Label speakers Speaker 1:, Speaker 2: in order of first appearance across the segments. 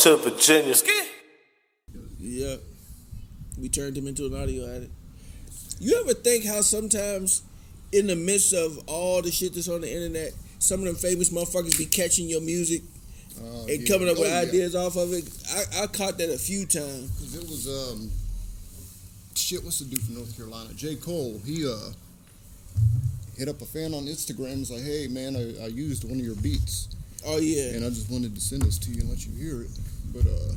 Speaker 1: to Virginia. Ski.
Speaker 2: Yep. We turned him into an audio addict. You ever think how sometimes in the midst of all the shit that's on the internet, some of them famous motherfuckers be catching your music
Speaker 3: Uh,
Speaker 2: and
Speaker 3: yeah.
Speaker 2: coming up
Speaker 3: Oh,
Speaker 2: with
Speaker 3: yeah.
Speaker 2: ideas off of it? I, I caught that a few times.
Speaker 3: Cause it was um, shit. What's the dude from North Carolina? J. Cole. He uh, hit up a fan on Instagram. Was like, hey man, I, I used one of your beats,
Speaker 2: Oh yeah.
Speaker 3: and I just wanted to send this to you and let you hear it. But uh,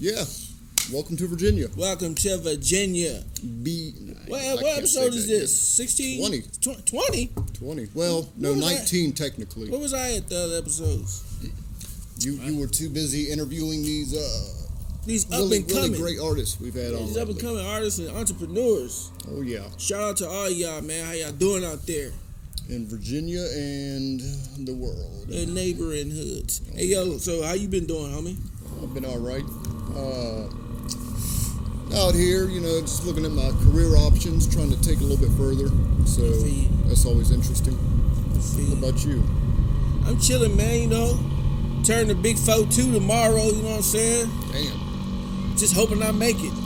Speaker 3: yeah, welcome to Virginia.
Speaker 2: Welcome to Virginia.
Speaker 3: B.
Speaker 2: What,
Speaker 3: I
Speaker 2: what
Speaker 3: can't say
Speaker 2: episode is
Speaker 3: that yet.
Speaker 2: this? 16?
Speaker 3: 20.
Speaker 2: 20?
Speaker 3: Twenty. Well, no,
Speaker 2: What was that?
Speaker 3: nineteen technically.
Speaker 2: What was I at the other episodes?
Speaker 3: You you were too busy interviewing these uh
Speaker 2: These up
Speaker 3: really
Speaker 2: and coming.
Speaker 3: really great artists we've had on.
Speaker 2: These up and
Speaker 3: lately.
Speaker 2: coming artists and entrepreneurs.
Speaker 3: Oh yeah,
Speaker 2: Shout out to all y'all, man. How y'all doing out there?
Speaker 3: in Virginia and the world.
Speaker 2: The neighboring hoods. Hey yo, so how you been doing, homie?
Speaker 3: I've been all right. Uh, out here, you know, just looking at my career options, trying to take a little bit further. So
Speaker 2: Good for you.
Speaker 3: that's always interesting.
Speaker 2: Let's see.
Speaker 3: What about you?
Speaker 2: I'm chilling, man. You know, turn the big four two tomorrow. You know what I'm saying?
Speaker 3: Damn.
Speaker 2: Just hoping I make it.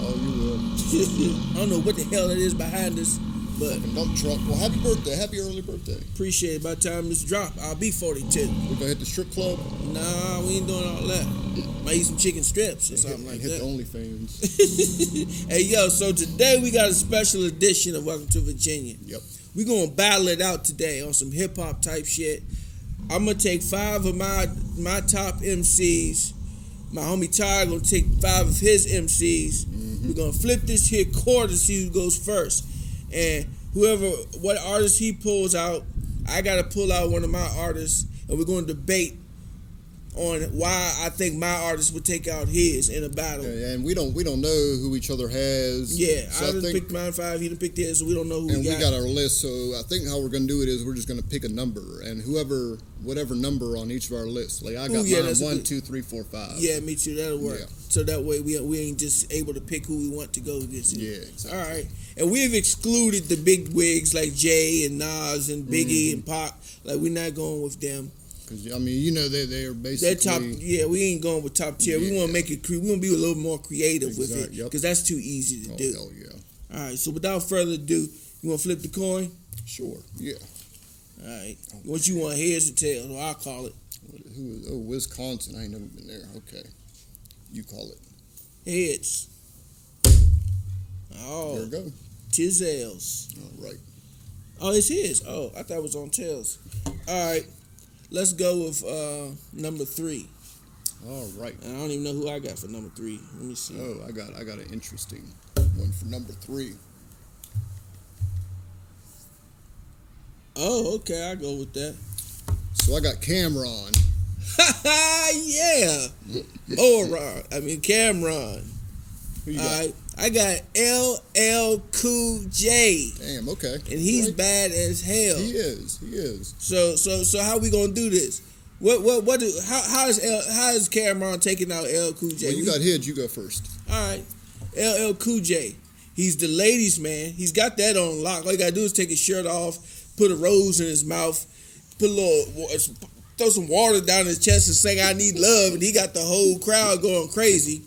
Speaker 3: Oh, you will.
Speaker 2: I don't know what the hell it is behind us, but
Speaker 3: And dump truck. Well, happy birthday. Happy early birthday.
Speaker 2: appreciate it. by the time this drop, I'll be 42.
Speaker 3: We're going to hit the strip club
Speaker 2: Nah, we ain't doing all that. Might eat some chicken strips or
Speaker 3: and hit,
Speaker 2: something like
Speaker 3: and
Speaker 2: that.
Speaker 3: hit the OnlyFans.
Speaker 2: Hey yo, so today we got a special edition of Welcome to Virginia.
Speaker 3: yep.
Speaker 2: We're gonna battle it out today on some hip hop type shit. I'm gonna take five of my my top MCs. My homie Ty gonna take five of his MCs.
Speaker 3: Mm-hmm.
Speaker 2: We're gonna flip this here quarter to see who goes first. And whoever what artist he pulls out, I gotta pull out one of my artists and we're gonna debate on why I think my artist would take out his in a battle.
Speaker 3: And and we don't we don't know who each other has.
Speaker 2: Yeah,
Speaker 3: So
Speaker 2: I
Speaker 3: I
Speaker 2: done
Speaker 3: think-
Speaker 2: picked mine five, he done picked his, so we don't know who
Speaker 3: and
Speaker 2: we
Speaker 3: we
Speaker 2: got.
Speaker 3: got our list. So I think how we're gonna do it is we're just gonna pick a number, and whoever, whatever number on each of our lists. Like I got
Speaker 2: Ooh, yeah,
Speaker 3: mine
Speaker 2: that's a
Speaker 3: one,
Speaker 2: good-
Speaker 3: two, three, four, five.
Speaker 2: Yeah, me too. That'll work.
Speaker 3: Yeah.
Speaker 2: So that way we we ain't just able to pick who we want to go against.
Speaker 3: Yeah, exactly.
Speaker 2: All right. And we've excluded the big wigs like Jay and Nas and Biggie
Speaker 3: Mm-hmm.
Speaker 2: and Pop. Like we're not going with them.
Speaker 3: Because I mean, you know, they they
Speaker 2: They're
Speaker 3: are basically
Speaker 2: top. Yeah, we ain't going with top tier. We want to
Speaker 3: Yeah.
Speaker 2: make it. Cre- we want to be a little more creative with it
Speaker 3: Exact-
Speaker 2: because
Speaker 3: yep.
Speaker 2: that's too easy to
Speaker 3: Oh,
Speaker 2: do.
Speaker 3: hell yeah,
Speaker 2: All right. So without further ado, you want to flip the coin?
Speaker 3: sure, yeah.
Speaker 2: All right. What you want? Heads or tails? Or I'll call it
Speaker 3: What, who is? Oh, Wisconsin. I ain't never been there. Okay, you call it.
Speaker 2: heads.
Speaker 3: There
Speaker 2: Oh,
Speaker 3: we go.
Speaker 2: Tizels.
Speaker 3: All right.
Speaker 2: Oh, it's his. Oh, I thought it was on tails. All right, let's go with uh, number three.
Speaker 3: All right.
Speaker 2: And I don't even know who I got for number three. Let me see.
Speaker 3: Oh, I got I got an interesting one for number three.
Speaker 2: Oh, okay, I go with that.
Speaker 3: So I got Cameron.
Speaker 2: yeah, Moron. I mean Cameron.
Speaker 3: Who you
Speaker 2: All
Speaker 3: got?
Speaker 2: right, I got LL Cool J,
Speaker 3: Damn. Okay.
Speaker 2: and he's
Speaker 3: All right.
Speaker 2: bad as hell.
Speaker 3: He is. He is.
Speaker 2: So, so, so, how we gonna do this? What, what, what? Do, how, how is L, how is Cameron taking out LL Cool J?
Speaker 3: Well, you
Speaker 2: We-
Speaker 3: got Hid. You go first.
Speaker 2: All right, LL Cool J. He's the ladies' man. He's got that on lock. All you gotta do is take his shirt off, put a rose in his mouth, put a little, wa- throw some water down his chest, and sing "I Need Love," and he got the whole crowd going crazy.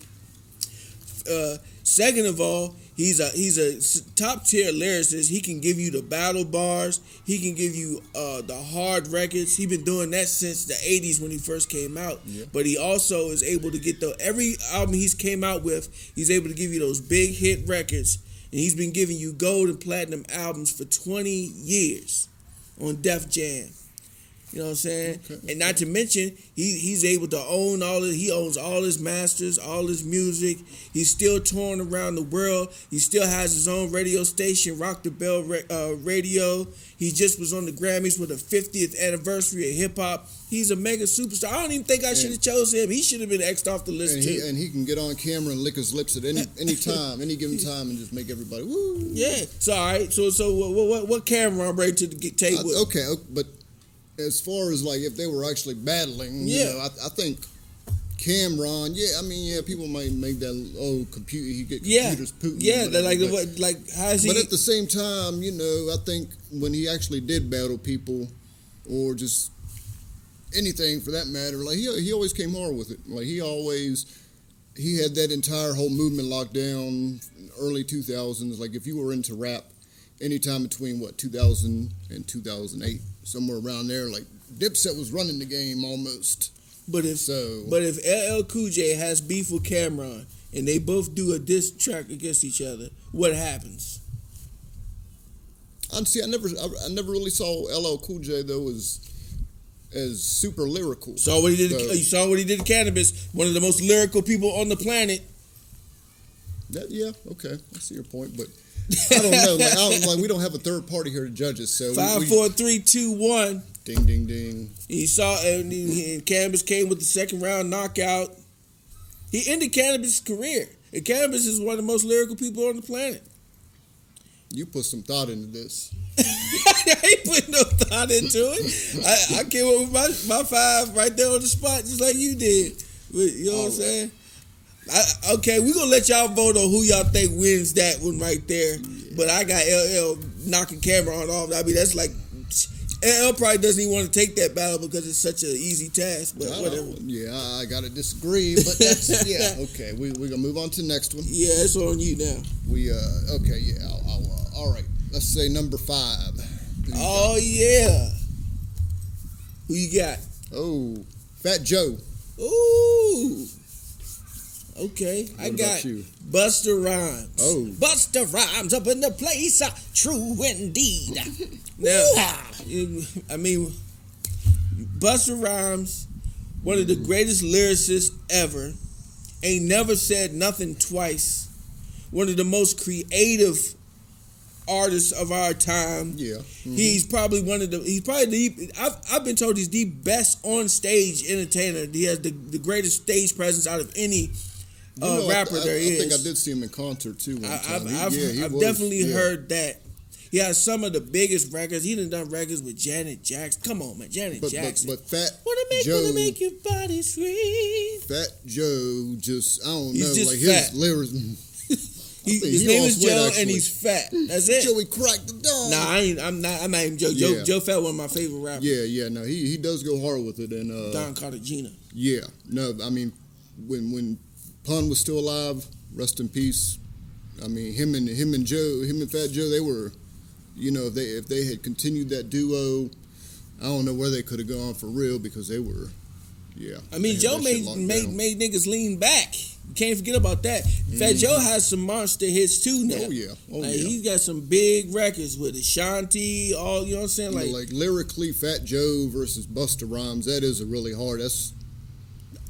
Speaker 2: Uh, second of all, he's a he's a s- top tier lyricist. He can give you the battle bars. He can give you uh, the hard records. He's been doing that since the '80s when he first came out.
Speaker 3: Yeah.
Speaker 2: But he also is able to get the every album he's came out with. He's able to give you those big hit records, and he's been giving you gold and platinum albums for 20 years on Def Jam. You know what I'm saying?
Speaker 3: Okay.
Speaker 2: And not to mention, he, he's able to own all his, he owns all his masters, all his music. He's still touring around the world. He still has his own radio station, Rock the Bell Ra- uh, Radio. He just was on the Grammys for the 50th anniversary of hip hop. He's a mega superstar. I don't even think I should have chose him. He should have been X'd off the list
Speaker 3: And
Speaker 2: too.
Speaker 3: he, and he can get on camera and lick his lips at any any time, any given time, and just make everybody woo.
Speaker 2: yeah. So all right. So so what what what, what Cameron bring to the g-
Speaker 3: I,
Speaker 2: table?
Speaker 3: Uh, okay, o- but as far as like if they were actually battling, you
Speaker 2: Yeah.
Speaker 3: know, I, I think Cameron. Yeah, I mean, yeah, people might make that oh computer. He get
Speaker 2: Yeah.
Speaker 3: computers Putin.
Speaker 2: Yeah.
Speaker 3: whatever,
Speaker 2: Like
Speaker 3: but,
Speaker 2: what like how is he?
Speaker 3: but at the same time, you know, I think when he actually did battle people, or just anything for that matter. Like he, he always came hard with it. Like he always he had that entire whole movement locked down early 2000s. Like if you were into rap anytime between what 2000 and 2008, somewhere around there, like Dipset was running the game almost.
Speaker 2: But if
Speaker 3: So
Speaker 2: but if LL Cool J has beef with Cameron and they both do a diss track against each other, what happens?
Speaker 3: honestly, I never I, I never really saw LL Cool J though as as super lyrical.
Speaker 2: Saw what he did.
Speaker 3: So-
Speaker 2: you saw what he did to cannabis. One of the most lyrical people on the planet.
Speaker 3: That, yeah, okay, I see your point, but I don't know. Like, I don't, like we don't have a third party here to judge us, so we-
Speaker 2: Five,
Speaker 3: we-
Speaker 2: four, three, two, one.
Speaker 3: ding, ding, ding.
Speaker 2: He saw and, he, and cannabis came with the second round knockout. He ended cannabis' career. And cannabis is one of the most lyrical people on the planet.
Speaker 3: You put some thought into this.
Speaker 2: I ain't put no thought into it. I, I came up with my, my five right there on the spot, just like you did. But you know what I'm
Speaker 3: All right.
Speaker 2: saying? I, okay, we're gonna let y'all vote on who y'all think wins that one right there. But I got LL knocking Cameron off. I mean, that's like LL probably doesn't even want to take that battle because it's such an easy task. But
Speaker 3: I don't-
Speaker 2: whatever.
Speaker 3: Yeah, I gotta disagree, but that's yeah. Okay, we we gonna move on to the next one.
Speaker 2: Yeah, it's on you now.
Speaker 3: We uh okay, yeah. I'll, I'll, uh, all right, let's say number five. Who you
Speaker 2: Oh yeah. Who you got?
Speaker 3: got? oh, Fat Joe.
Speaker 2: Ooh. Okay, I
Speaker 3: What about
Speaker 2: got
Speaker 3: you?
Speaker 2: Buster Rhymes.
Speaker 3: Oh.
Speaker 2: Buster Rhymes up in the place. Uh, true indeed. now, you- I mean, Buster Rhymes, one of the
Speaker 3: Mm.
Speaker 2: greatest lyricists ever, ain't never said nothing twice. One of the most creative artists of our time.
Speaker 3: Yeah,
Speaker 2: He's probably one of the. He's probably the. I've, I've been told he's the best on stage entertainer. He has the, the greatest stage presence out of any
Speaker 3: You
Speaker 2: uh,
Speaker 3: know, I-
Speaker 2: rapper
Speaker 3: I,
Speaker 2: there
Speaker 3: I,
Speaker 2: is.
Speaker 3: think I did see him in concert too. One
Speaker 2: I,
Speaker 3: time.
Speaker 2: have
Speaker 3: He-
Speaker 2: I've,
Speaker 3: yeah, he
Speaker 2: I've
Speaker 3: was-
Speaker 2: definitely
Speaker 3: yeah.
Speaker 2: heard that. He has some of the biggest records. He done done records with Janet Jackson. Come on, man, Janet
Speaker 3: But, but
Speaker 2: Jackson.
Speaker 3: but Fat
Speaker 2: wanna make
Speaker 3: Joe,
Speaker 2: wanna make your body scream.
Speaker 3: Fat Joe, just I don't
Speaker 2: He's
Speaker 3: know,
Speaker 2: just
Speaker 3: like
Speaker 2: fat.
Speaker 3: his lyrics.
Speaker 2: He,
Speaker 3: think
Speaker 2: his
Speaker 3: he
Speaker 2: name
Speaker 3: lost
Speaker 2: is
Speaker 3: weight,
Speaker 2: Joe, and
Speaker 3: actually.
Speaker 2: he's fat. That's it.
Speaker 3: Joey cracked the dog.
Speaker 2: Nah, I ain't, I'm not. I'm not even Joe. Joe,
Speaker 3: Yeah.
Speaker 2: Joe Fat, one of my favorite rappers.
Speaker 3: Yeah, yeah, no, he he does go hard with it, and uh,
Speaker 2: Don Cartagena.
Speaker 3: yeah, no, I mean, when when Pun was still alive, rest in peace. I mean, him and him and Joe, him and Fat Joe, they were, you know, if they if they had continued that duo, I don't know where they could have gone for real because they were, yeah.
Speaker 2: I mean,
Speaker 3: they had
Speaker 2: Joe
Speaker 3: that shit
Speaker 2: made
Speaker 3: locked
Speaker 2: made,
Speaker 3: down. Mm-hmm.
Speaker 2: made niggas lean back. You can't forget about that. In fact, Joe has some monster hits too now.
Speaker 3: Oh yeah, oh
Speaker 2: like,
Speaker 3: yeah.
Speaker 2: He's got some big records with Ashanti, all you know what I'm saying?
Speaker 3: You know,
Speaker 2: Like,
Speaker 3: Like, lyrically, Fat Joe versus Busta Rhymes, that is a really hard. That's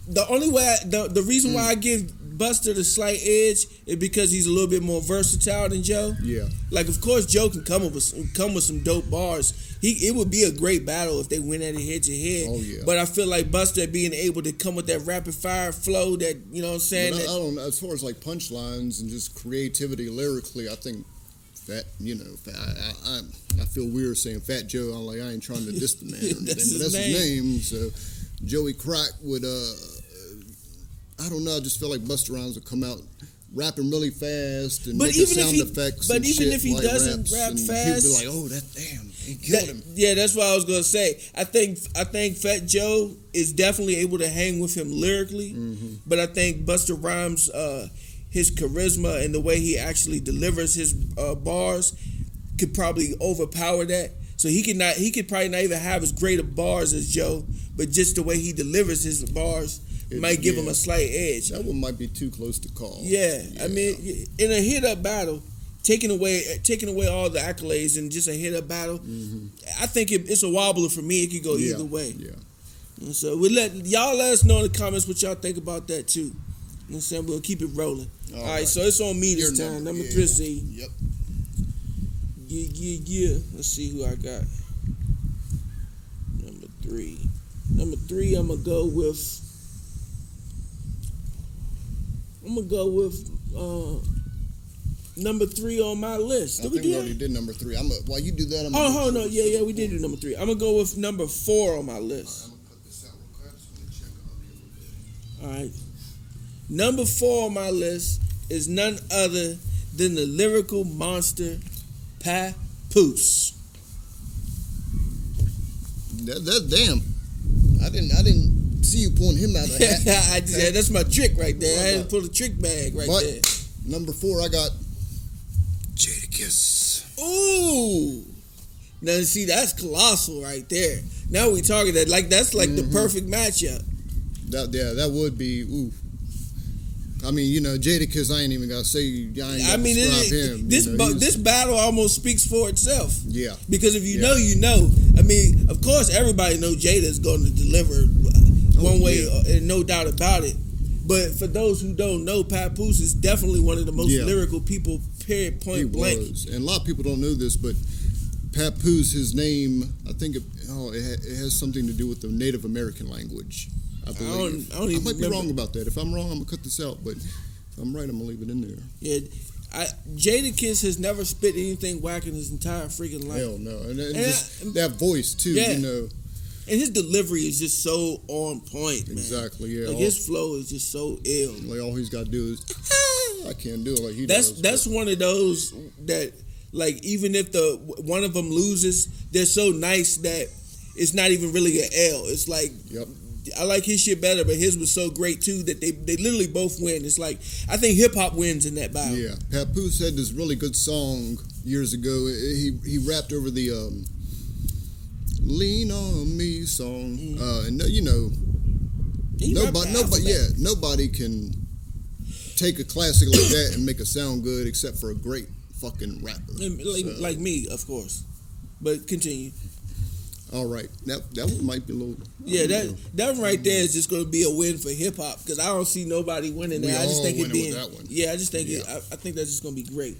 Speaker 2: the only way I, the the reason why I
Speaker 3: Mm.
Speaker 2: give Buster the slight edge is because he's a little bit more versatile than Joe.
Speaker 3: yeah,
Speaker 2: Like of course Joe can come up with some, come with some dope bars. He it would be a great battle if they went at it head to head.
Speaker 3: Oh, yeah.
Speaker 2: But I feel like Buster being able to come with that rapid fire flow that you know what I'm saying.
Speaker 3: But uh, I,
Speaker 2: that-
Speaker 3: I don't know. As far as like punchlines and just creativity lyrically, I think Fat, you know, Fat, I, I, I'm- I feel weird saying Fat Joe. I'm like, I ain't trying to diss the man or anything,
Speaker 2: That's his
Speaker 3: but that's his name. So Joey Crack would, uh, I don't know. I just feel like Buster Rhymes would come out rapping really fast and
Speaker 2: But
Speaker 3: make
Speaker 2: even if
Speaker 3: sound
Speaker 2: he-
Speaker 3: effects.
Speaker 2: but
Speaker 3: and
Speaker 2: even
Speaker 3: shit
Speaker 2: if he
Speaker 3: like
Speaker 2: doesn't
Speaker 3: raps,
Speaker 2: rap
Speaker 3: and
Speaker 2: fast-
Speaker 3: he'd be like, oh, that damn, he killed
Speaker 2: That-
Speaker 3: him.
Speaker 2: yeah, that's what I was gonna say. I think I think Fat Joe is definitely able to hang with him lyrically,
Speaker 3: Mm-hmm.
Speaker 2: but I think Buster Rhymes, uh, his charisma and the way he actually delivers his uh, bars, could probably overpower that. So he could not he could probably not even have as great of bars as Joe, but just the way he delivers his bars
Speaker 3: It-
Speaker 2: might give him
Speaker 3: yeah.
Speaker 2: a slight edge.
Speaker 3: That one might be too close to call.
Speaker 2: Yeah, I mean, in a hit up battle, taking away taking away all the accolades and just a hit up battle, I think it, it's a wobbler for me. It could go
Speaker 3: Yeah,
Speaker 2: either way.
Speaker 3: Yeah.
Speaker 2: And so we let y'all let us know in the comments what y'all think about that too. You know what I'm saying we'll keep it rolling. all right, so it's on me this
Speaker 3: Your
Speaker 2: time.
Speaker 3: number,
Speaker 2: Number
Speaker 3: yeah.
Speaker 2: three, see.
Speaker 3: Yep.
Speaker 2: Yeah, yeah, yeah. Let's see who I got. Number three. Number three, I'm gonna go with. I'm gonna go with uh, number three on my list.
Speaker 3: I
Speaker 2: Did
Speaker 3: think
Speaker 2: we
Speaker 3: we,
Speaker 2: do
Speaker 3: already
Speaker 2: that?
Speaker 3: did number three. I'm a, while you do that, I'm
Speaker 2: Oh,
Speaker 3: gonna
Speaker 2: hold
Speaker 3: make
Speaker 2: on.
Speaker 3: sure
Speaker 2: Yeah,
Speaker 3: it's
Speaker 2: yeah, we did do number three. I'm gonna go with number four on my list.
Speaker 3: I'm gonna put this out real quick. I just wanna check on it real quick.
Speaker 2: All right. Number four on my list is none other than the lyrical monster, Papoose.
Speaker 3: That, that damn. I didn't I didn't see you pulling him out of the hat.
Speaker 2: I just, yeah, that's my trick right there. I
Speaker 3: Why
Speaker 2: had to
Speaker 3: not?
Speaker 2: pull the trick bag right
Speaker 3: But-
Speaker 2: there.
Speaker 3: Number four, I got Jadakiss.
Speaker 2: Ooh. Now see, that's colossal right there. Now we talking that like that's like
Speaker 3: Mm-hmm.
Speaker 2: the perfect matchup.
Speaker 3: That yeah, that would be ooh. I mean, you know, Jadakiss. I ain't even gotta say. I ain't gotta
Speaker 2: I mean, it,
Speaker 3: describe
Speaker 2: it-
Speaker 3: him.
Speaker 2: this
Speaker 3: you know,
Speaker 2: bu-
Speaker 3: he was-
Speaker 2: this battle almost speaks for itself
Speaker 3: Yeah,
Speaker 2: because if you
Speaker 3: Yeah.
Speaker 2: know, you know. I mean, of course, everybody knows Jada is going to deliver uh,
Speaker 3: Oh,
Speaker 2: one way,
Speaker 3: yeah.
Speaker 2: uh, and no doubt about it. But for those who don't know, Papoose is definitely one of the most
Speaker 3: Yeah.
Speaker 2: lyrical people. Period.
Speaker 3: he
Speaker 2: Point blank.
Speaker 3: was. And a lot of people don't know this, but Papoose, his name, I think it, oh, it, ha- it has something to do with the Native American language. I believe.
Speaker 2: don't- I don't even
Speaker 3: might be
Speaker 2: remember.
Speaker 3: wrong about that. If I'm wrong, I'm gonna cut this out. But if I'm right, I'm gonna leave it in there.
Speaker 2: Yeah, I, Jada Kiss has never spit anything whack in his entire freaking life.
Speaker 3: Hell no, and, and
Speaker 2: Yeah.
Speaker 3: just that voice too.
Speaker 2: um, Yeah.
Speaker 3: You know
Speaker 2: And his delivery is just so on point, man.
Speaker 3: exactly. Yeah,
Speaker 2: Like
Speaker 3: all,
Speaker 2: his flow is just so ill.
Speaker 3: like all he's got to do is I can't do it like he
Speaker 2: That's
Speaker 3: does.
Speaker 2: that's one of those that like even if the one of them loses, they're so nice that it's not even really an L. It's like
Speaker 3: Yep.
Speaker 2: I like his shit better, but his was so great too that they they literally both win. It's like I think hip hop wins in that battle.
Speaker 3: Yeah, Papoose had this really good song years ago. He he rapped over the um, "Lean on Me" song, uh, and no- you know
Speaker 2: He rapped
Speaker 3: nobody
Speaker 2: the
Speaker 3: nobody
Speaker 2: alphabet.
Speaker 3: yeah nobody can take a classic like that and make it sound good except for a great fucking rapper.
Speaker 2: And Like,
Speaker 3: So,
Speaker 2: like me, of course. But continue.
Speaker 3: all right, that that one might be a little
Speaker 2: Yeah, that that one right there is just going to be a win for hip hop because I don't see nobody winning
Speaker 3: We
Speaker 2: that. I just
Speaker 3: all
Speaker 2: think it
Speaker 3: winning with
Speaker 2: being
Speaker 3: that one.
Speaker 2: yeah, I just think it. I, I think that's just going to be great.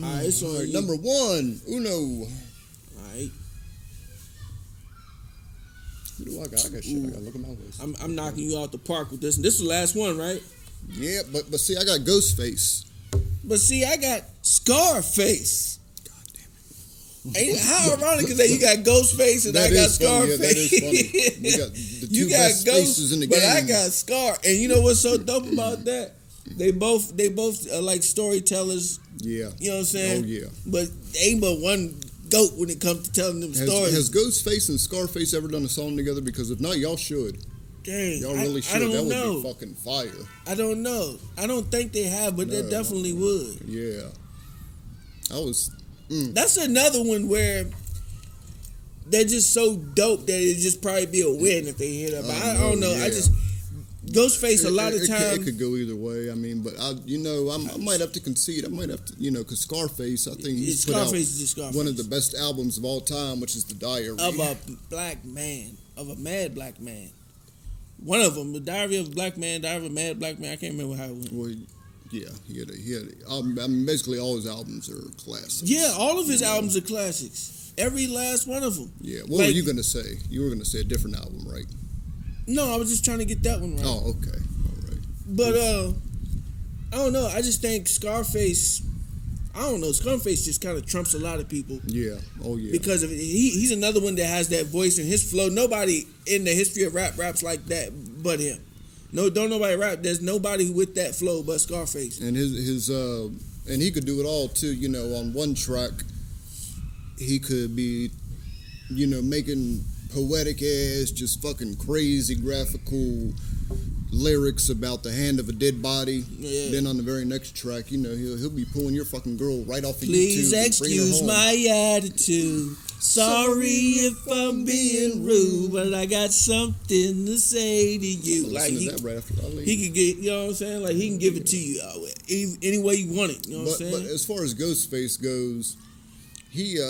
Speaker 2: All right, so
Speaker 3: All right,
Speaker 2: number
Speaker 3: Mm. number one, Uno.
Speaker 2: all right.
Speaker 3: Who do I got? I got shit. I gotta look at my list.
Speaker 2: I'm, I'm knocking you out the park with this. And this is the last one, right?
Speaker 3: Yeah, but but see, I got Ghostface.
Speaker 2: But see, I got Scarface. Ain't, how ironic is that? You got Ghostface and I
Speaker 3: That
Speaker 2: got
Speaker 3: is funny. Yeah,
Speaker 2: Scarface.
Speaker 3: that is funny. We got the
Speaker 2: you
Speaker 3: two
Speaker 2: got
Speaker 3: best
Speaker 2: Ghost,
Speaker 3: faces in the
Speaker 2: but I
Speaker 3: game.
Speaker 2: got Scar. And you know what's so dope about that? They both they both are like storytellers.
Speaker 3: Yeah.
Speaker 2: You know what I'm saying?
Speaker 3: Oh yeah.
Speaker 2: But they ain't but one goat when it comes to telling them
Speaker 3: Has,
Speaker 2: stories.
Speaker 3: has Ghostface and Scarface ever done a song together? Because if not, y'all should.
Speaker 2: Dang,
Speaker 3: Y'all really
Speaker 2: I,
Speaker 3: should.
Speaker 2: I don't
Speaker 3: that would
Speaker 2: know.
Speaker 3: be fucking fire.
Speaker 2: I don't know. I don't think they have, but
Speaker 3: No,
Speaker 2: they
Speaker 3: I don't
Speaker 2: definitely would.
Speaker 3: Yeah. I was.
Speaker 2: That's another one where they're just so dope that it'd just probably be a win if they hit up.
Speaker 3: I
Speaker 2: I, I
Speaker 3: know,
Speaker 2: don't know. I
Speaker 3: Uh, yeah.
Speaker 2: just Ghostface a lot
Speaker 3: it,
Speaker 2: of
Speaker 3: it could- It,
Speaker 2: times.
Speaker 3: could go either way. I mean, but I, you know, I'm, I might have to concede. I might have to, you know, because Scarface, I think he's put out
Speaker 2: Scarface is just Scarface.
Speaker 3: one of the best albums of all time, which is The Diary.
Speaker 2: of a black man, of a mad black man. One of them, the Diary of a Black Man, Diary of a Mad Black Man. I can't remember how it went.
Speaker 3: Well, yeah, he had. A, he had. A, um, I mean, basically, all his albums are classics.
Speaker 2: Yeah, all of his albums are classics. Every last one of them.
Speaker 3: Yeah. What were
Speaker 2: Like-
Speaker 3: you gonna say? You were gonna say a different album, right?
Speaker 2: No, I was just trying to get that one right.
Speaker 3: Oh, okay. All right.
Speaker 2: But uh, I don't know. I just think Scarface. I don't know. Scarface just kind of trumps a lot of people
Speaker 3: Yeah. Oh, yeah.
Speaker 2: because of he, he's another one that has that voice and his flow. Nobody in the history of rap raps like that but him. No, don't nobody rap. There's nobody with that flow but Scarface.
Speaker 3: and his his uh, and he could do it all too. You know, on one track, he could be, you know, making poetic ass, just fucking crazy graphical lyrics about the hand of a dead body.
Speaker 2: Yeah.
Speaker 3: Then on the very next track, you know, he'll he'll be pulling your fucking girl right off of
Speaker 2: Please
Speaker 3: YouTube. and bringing her
Speaker 2: excuse
Speaker 3: home.
Speaker 2: my attitude. Sorry if I'm being rude, but I got something to say to you.
Speaker 3: Listen
Speaker 2: Like
Speaker 3: to
Speaker 2: he,
Speaker 3: that right after I leave.
Speaker 2: He can get, you know what I'm saying? Like, he can give it to you uh, any, any way you want it. You know what
Speaker 3: but,
Speaker 2: I'm
Speaker 3: but
Speaker 2: saying?
Speaker 3: as far as Ghostface goes, he uh.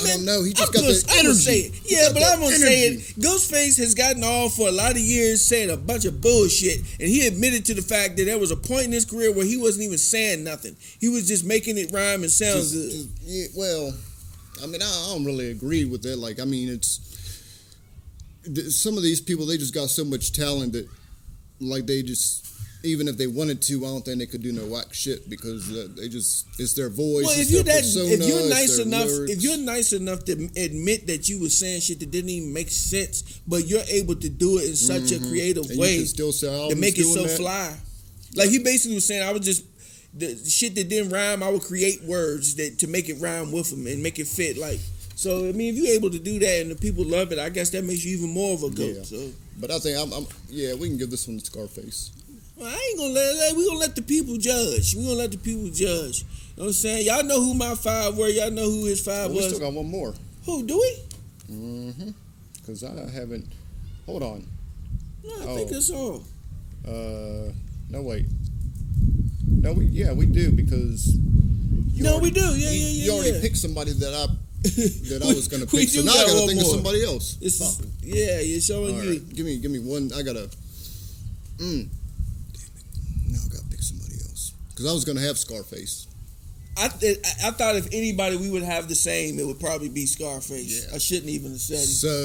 Speaker 3: I
Speaker 2: Man,
Speaker 3: don't know. He just
Speaker 2: I'm
Speaker 3: got
Speaker 2: gonna,
Speaker 3: that
Speaker 2: I'm
Speaker 3: energy.
Speaker 2: gonna say it.
Speaker 3: He
Speaker 2: Yeah,
Speaker 3: got
Speaker 2: but
Speaker 3: that
Speaker 2: I'm gonna say it.
Speaker 3: energy.
Speaker 2: Ghostface has gotten off for a lot of years saying a bunch of bullshit, and he admitted to the fact that there was a point in his career where he wasn't even saying nothing. He was just making it rhyme and sound
Speaker 3: Just-
Speaker 2: good.
Speaker 3: just- yeah, well, I mean, I, I don't really agree with that. Like, I mean, it's th- some of these people they just got so much talent that, like, they just even if they wanted to, I don't think they could do no whack shit because uh, they just it's their voice.
Speaker 2: well,
Speaker 3: it's
Speaker 2: if you're
Speaker 3: their
Speaker 2: that,
Speaker 3: persona,
Speaker 2: if you're
Speaker 3: it's
Speaker 2: nice
Speaker 3: their
Speaker 2: enough, if
Speaker 3: lyrics.
Speaker 2: you're nice enough to admit that you were saying shit that didn't even make sense, but you're able to do it in such a creative
Speaker 3: Mm-hmm. And you
Speaker 2: way,
Speaker 3: can still "Oh, sell
Speaker 2: to make it so fly. Like he basically was saying, I was just the shit that didn't rhyme. I would create words that to make it rhyme with them and make it fit. Like So I mean, if you're able to do that and the people love it, I guess that makes you even more of a goat.
Speaker 3: Yeah.
Speaker 2: So
Speaker 3: But I think I'm, I'm. Yeah, we can give this one to Scarface.
Speaker 2: well, I ain't gonna let we gonna let the people judge. We gonna let the people judge. You know what I'm saying? Y'all know who my five were. Y'all know who his five
Speaker 3: Well, we
Speaker 2: was.
Speaker 3: still got one more.
Speaker 2: Who do we?
Speaker 3: Mm-hmm. Because I haven't. Hold on.
Speaker 2: No, I
Speaker 3: Oh.
Speaker 2: think it's all.
Speaker 3: Uh, no wait. No, we yeah we do because. You
Speaker 2: No, we do. Yeah,
Speaker 3: you-
Speaker 2: yeah, yeah,
Speaker 3: You already
Speaker 2: yeah.
Speaker 3: picked somebody that I that I
Speaker 2: We-
Speaker 3: was gonna pick.
Speaker 2: we
Speaker 3: so
Speaker 2: do
Speaker 3: now I
Speaker 2: got
Speaker 3: gotta
Speaker 2: one
Speaker 3: think of
Speaker 2: more.
Speaker 3: somebody else.
Speaker 2: This is,
Speaker 3: Fuck.
Speaker 2: yeah, you're showing
Speaker 3: All
Speaker 2: you.
Speaker 3: right, give me give me one. I gotta. Mm. Damn it! Now I gotta pick somebody else because I was gonna have Scarface.
Speaker 2: I, th- I I thought if anybody we would have the same, it would probably be Scarface.
Speaker 3: Yeah.
Speaker 2: I shouldn't even have said it.
Speaker 3: So,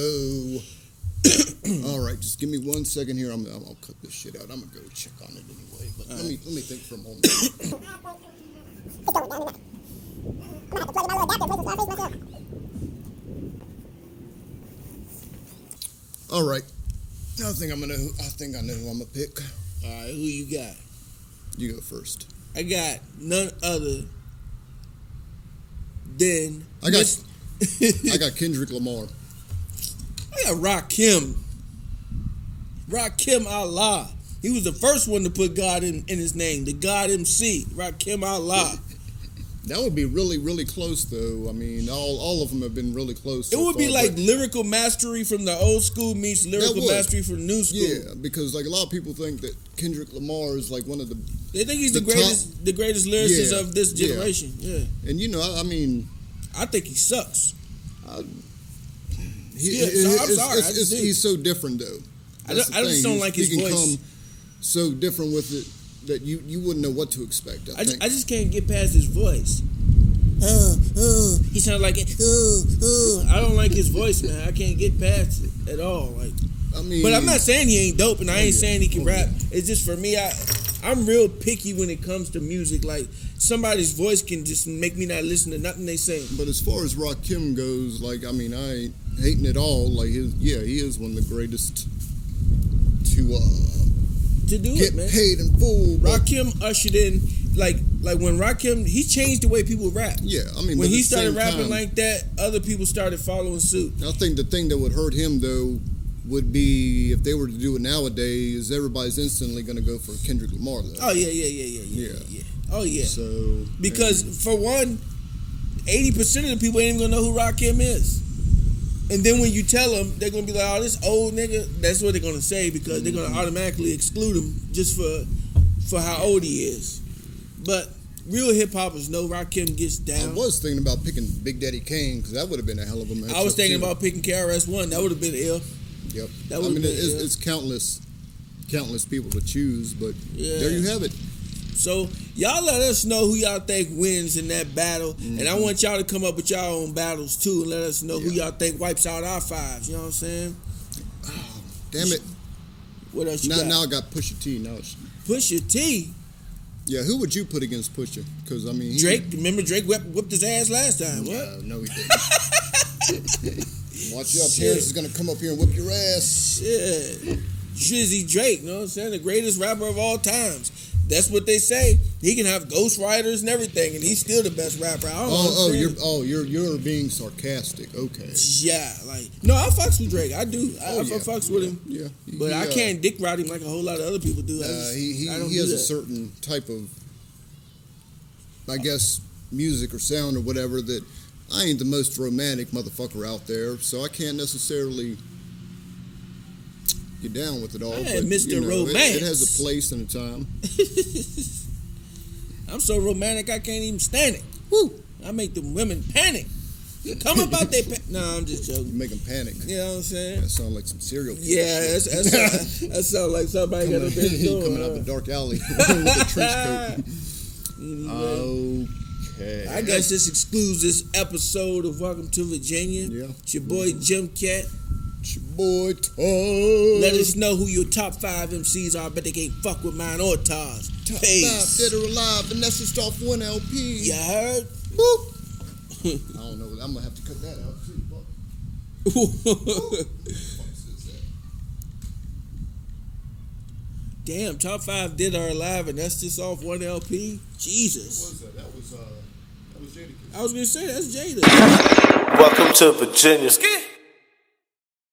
Speaker 3: all right, just give me one second here. I'm, I'm I'll cut this shit out. I'm gonna go check on it anyway. But let me let me think for a moment. all right, now I think I'm gonna. I think I know who I'm gonna pick.
Speaker 2: All right, who you got?
Speaker 3: You go first.
Speaker 2: I got none other than
Speaker 3: I got-
Speaker 2: Mis-
Speaker 3: I got Kendrick Lamar.
Speaker 2: I got Rakim. Rakim Allah. He was the first one to put God in, in his name, the God MC, Rakim Allah.
Speaker 3: That would be really really close though. I mean, all all of them have been really close.
Speaker 2: It
Speaker 3: so
Speaker 2: would be
Speaker 3: far,
Speaker 2: like
Speaker 3: but-
Speaker 2: lyrical mastery from the old school meets lyrical
Speaker 3: would.
Speaker 2: mastery from new school.
Speaker 3: Yeah, because like a lot of people think that Kendrick Lamar is like one of the,
Speaker 2: They think he's the,
Speaker 3: The top-
Speaker 2: greatest, the greatest lyricist
Speaker 3: Yeah,
Speaker 2: of this
Speaker 3: yeah.
Speaker 2: generation. yeah.
Speaker 3: and you know, I, I mean,
Speaker 2: I think he sucks.
Speaker 3: he,
Speaker 2: Yeah,
Speaker 3: he-
Speaker 2: so I'm sorry,
Speaker 3: it's- it's-
Speaker 2: I
Speaker 3: it's-
Speaker 2: just do.
Speaker 3: he's so different though.
Speaker 2: I
Speaker 3: That's
Speaker 2: don't-
Speaker 3: the
Speaker 2: I just
Speaker 3: thing.
Speaker 2: don't
Speaker 3: He's-
Speaker 2: like
Speaker 3: he
Speaker 2: his
Speaker 3: can
Speaker 2: voice.
Speaker 3: Come so different with it that you you wouldn't know what to expect. I,
Speaker 2: I
Speaker 3: think.
Speaker 2: just, I just can't get past his voice. Uh, uh, he sounds like it. Uh, uh. I don't like his voice, man. I can't get past it at all. Like,
Speaker 3: I mean,
Speaker 2: but I'm not saying he ain't dope, and I
Speaker 3: Oh,
Speaker 2: ain't
Speaker 3: yeah.
Speaker 2: saying he can
Speaker 3: Oh,
Speaker 2: rap. It's just for me, I, I'm real picky when it comes to music. Like, somebody's voice can just make me not listen to nothing they say.
Speaker 3: But as far as Rakim goes, like I mean, I ain't hating it all. Like his, yeah, he is one of the greatest to uh,
Speaker 2: To do
Speaker 3: get
Speaker 2: it, man.
Speaker 3: paid in full. but-
Speaker 2: Rakim ushered in, like, like when Rakim, he changed the way people rap.
Speaker 3: Yeah, I mean,
Speaker 2: When
Speaker 3: but at
Speaker 2: he
Speaker 3: the
Speaker 2: started
Speaker 3: same
Speaker 2: rapping
Speaker 3: time-
Speaker 2: like that, other people started following suit.
Speaker 3: I think the thing that would hurt him though would be if they were to do it nowadays, everybody's instantly going to go for Kendrick Lamar though.
Speaker 2: Oh yeah, yeah, yeah, yeah, yeah, yeah.
Speaker 3: Yeah.
Speaker 2: yeah. Oh yeah.
Speaker 3: So
Speaker 2: because
Speaker 3: and-
Speaker 2: for one, eighty percent of the people ain't even gonna know who Rakim is. And then when you tell them, they're gonna be like, "Oh, this old nigga." That's what they're gonna say because they're
Speaker 3: Mm-hmm.
Speaker 2: gonna automatically exclude him just for for how old he is. But real hip hoppers know Rakim gets
Speaker 3: I
Speaker 2: down.
Speaker 3: was thinking about picking Big Daddy Kane because that would have been a hell of a match.
Speaker 2: I was thinking about picking KRS One. That would have been ill.
Speaker 3: Yep.
Speaker 2: that
Speaker 3: I
Speaker 2: would've
Speaker 3: mean,
Speaker 2: been-
Speaker 3: it's,
Speaker 2: yeah.
Speaker 3: it's countless, countless people to choose, but
Speaker 2: Yeah.
Speaker 3: there you have it.
Speaker 2: So y'all let us know who y'all think wins in that battle, and I want y'all to come up with y'all own battles too, and let us know who
Speaker 3: Mm-hmm. Yeah.
Speaker 2: y'all think wipes out our fives. You know what I'm saying?
Speaker 3: Oh, Damn it!
Speaker 2: What else you
Speaker 3: Now,
Speaker 2: got?
Speaker 3: now I got Pusha T. Now, it's,
Speaker 2: Push your T.
Speaker 3: yeah, who would you put against Pusha? Because I mean, he-
Speaker 2: Drake. Remember Drake whipped, whipped his ass last time. What?
Speaker 3: No, no, he didn't. Watch out,
Speaker 2: Shit.
Speaker 3: Terrence is gonna come up here and whip your ass.
Speaker 2: Yeah. Drizzy Drake. You know what I'm saying? The greatest rapper of all times. That's what they say. He can have ghostwriters and everything, and he's still the best rapper. I don't
Speaker 3: Oh, oh,
Speaker 2: understand
Speaker 3: you're
Speaker 2: it.
Speaker 3: oh you're you're being sarcastic. Okay.
Speaker 2: Yeah, like no, I fucks with Drake. I do. I,
Speaker 3: Oh,
Speaker 2: I
Speaker 3: yeah.
Speaker 2: fucks with him.
Speaker 3: Yeah.
Speaker 2: But
Speaker 3: He,
Speaker 2: I
Speaker 3: uh,
Speaker 2: can't dick ride him like a whole lot of other people do. I
Speaker 3: Uh,
Speaker 2: just,
Speaker 3: he he,
Speaker 2: I don't
Speaker 3: he
Speaker 2: do
Speaker 3: has
Speaker 2: that.
Speaker 3: a certain type of, I guess, music or sound or whatever that I ain't the most romantic motherfucker out there, so I can't necessarily get down with it all.
Speaker 2: Hey,
Speaker 3: but,
Speaker 2: Mr.
Speaker 3: you know, it- It,
Speaker 2: Romance.
Speaker 3: has a place and a time.
Speaker 2: I'm so romantic, I can't even stand it.
Speaker 3: Woo!
Speaker 2: I make them women panic. Come about they. Pa- no, I'm just joking.
Speaker 3: You make 'em panic.
Speaker 2: You know what I'm saying?
Speaker 3: That sounds like some serial. killer
Speaker 2: Yeah,
Speaker 3: shit.
Speaker 2: that's, that's, that sounds like somebody got a
Speaker 3: coming,
Speaker 2: big door.
Speaker 3: coming out the dark alley with a trench coat. okay.
Speaker 2: Ah, I guess this excludes this episode of Welcome to Virginia.
Speaker 3: Yeah. Mm-hmm.
Speaker 2: It's your boy Jim Cat.
Speaker 3: It's your boy Todd.
Speaker 2: Let us know who your top five MCs are. I bet they can't fuck with mine or Taj.
Speaker 3: Top
Speaker 2: Peace.
Speaker 3: five dead or alive, Vanessa Stoff one LP.
Speaker 2: You heard?
Speaker 3: Boop. I don't know. I'm gonna have to cut that out too. Fuck. Fuck says that.
Speaker 2: Damn, top five did are alive, and that's just off one LP. Jesus.
Speaker 3: What was that? That was uh, that
Speaker 2: I was gonna say that's Jada.
Speaker 1: Welcome to Virginia. Ski.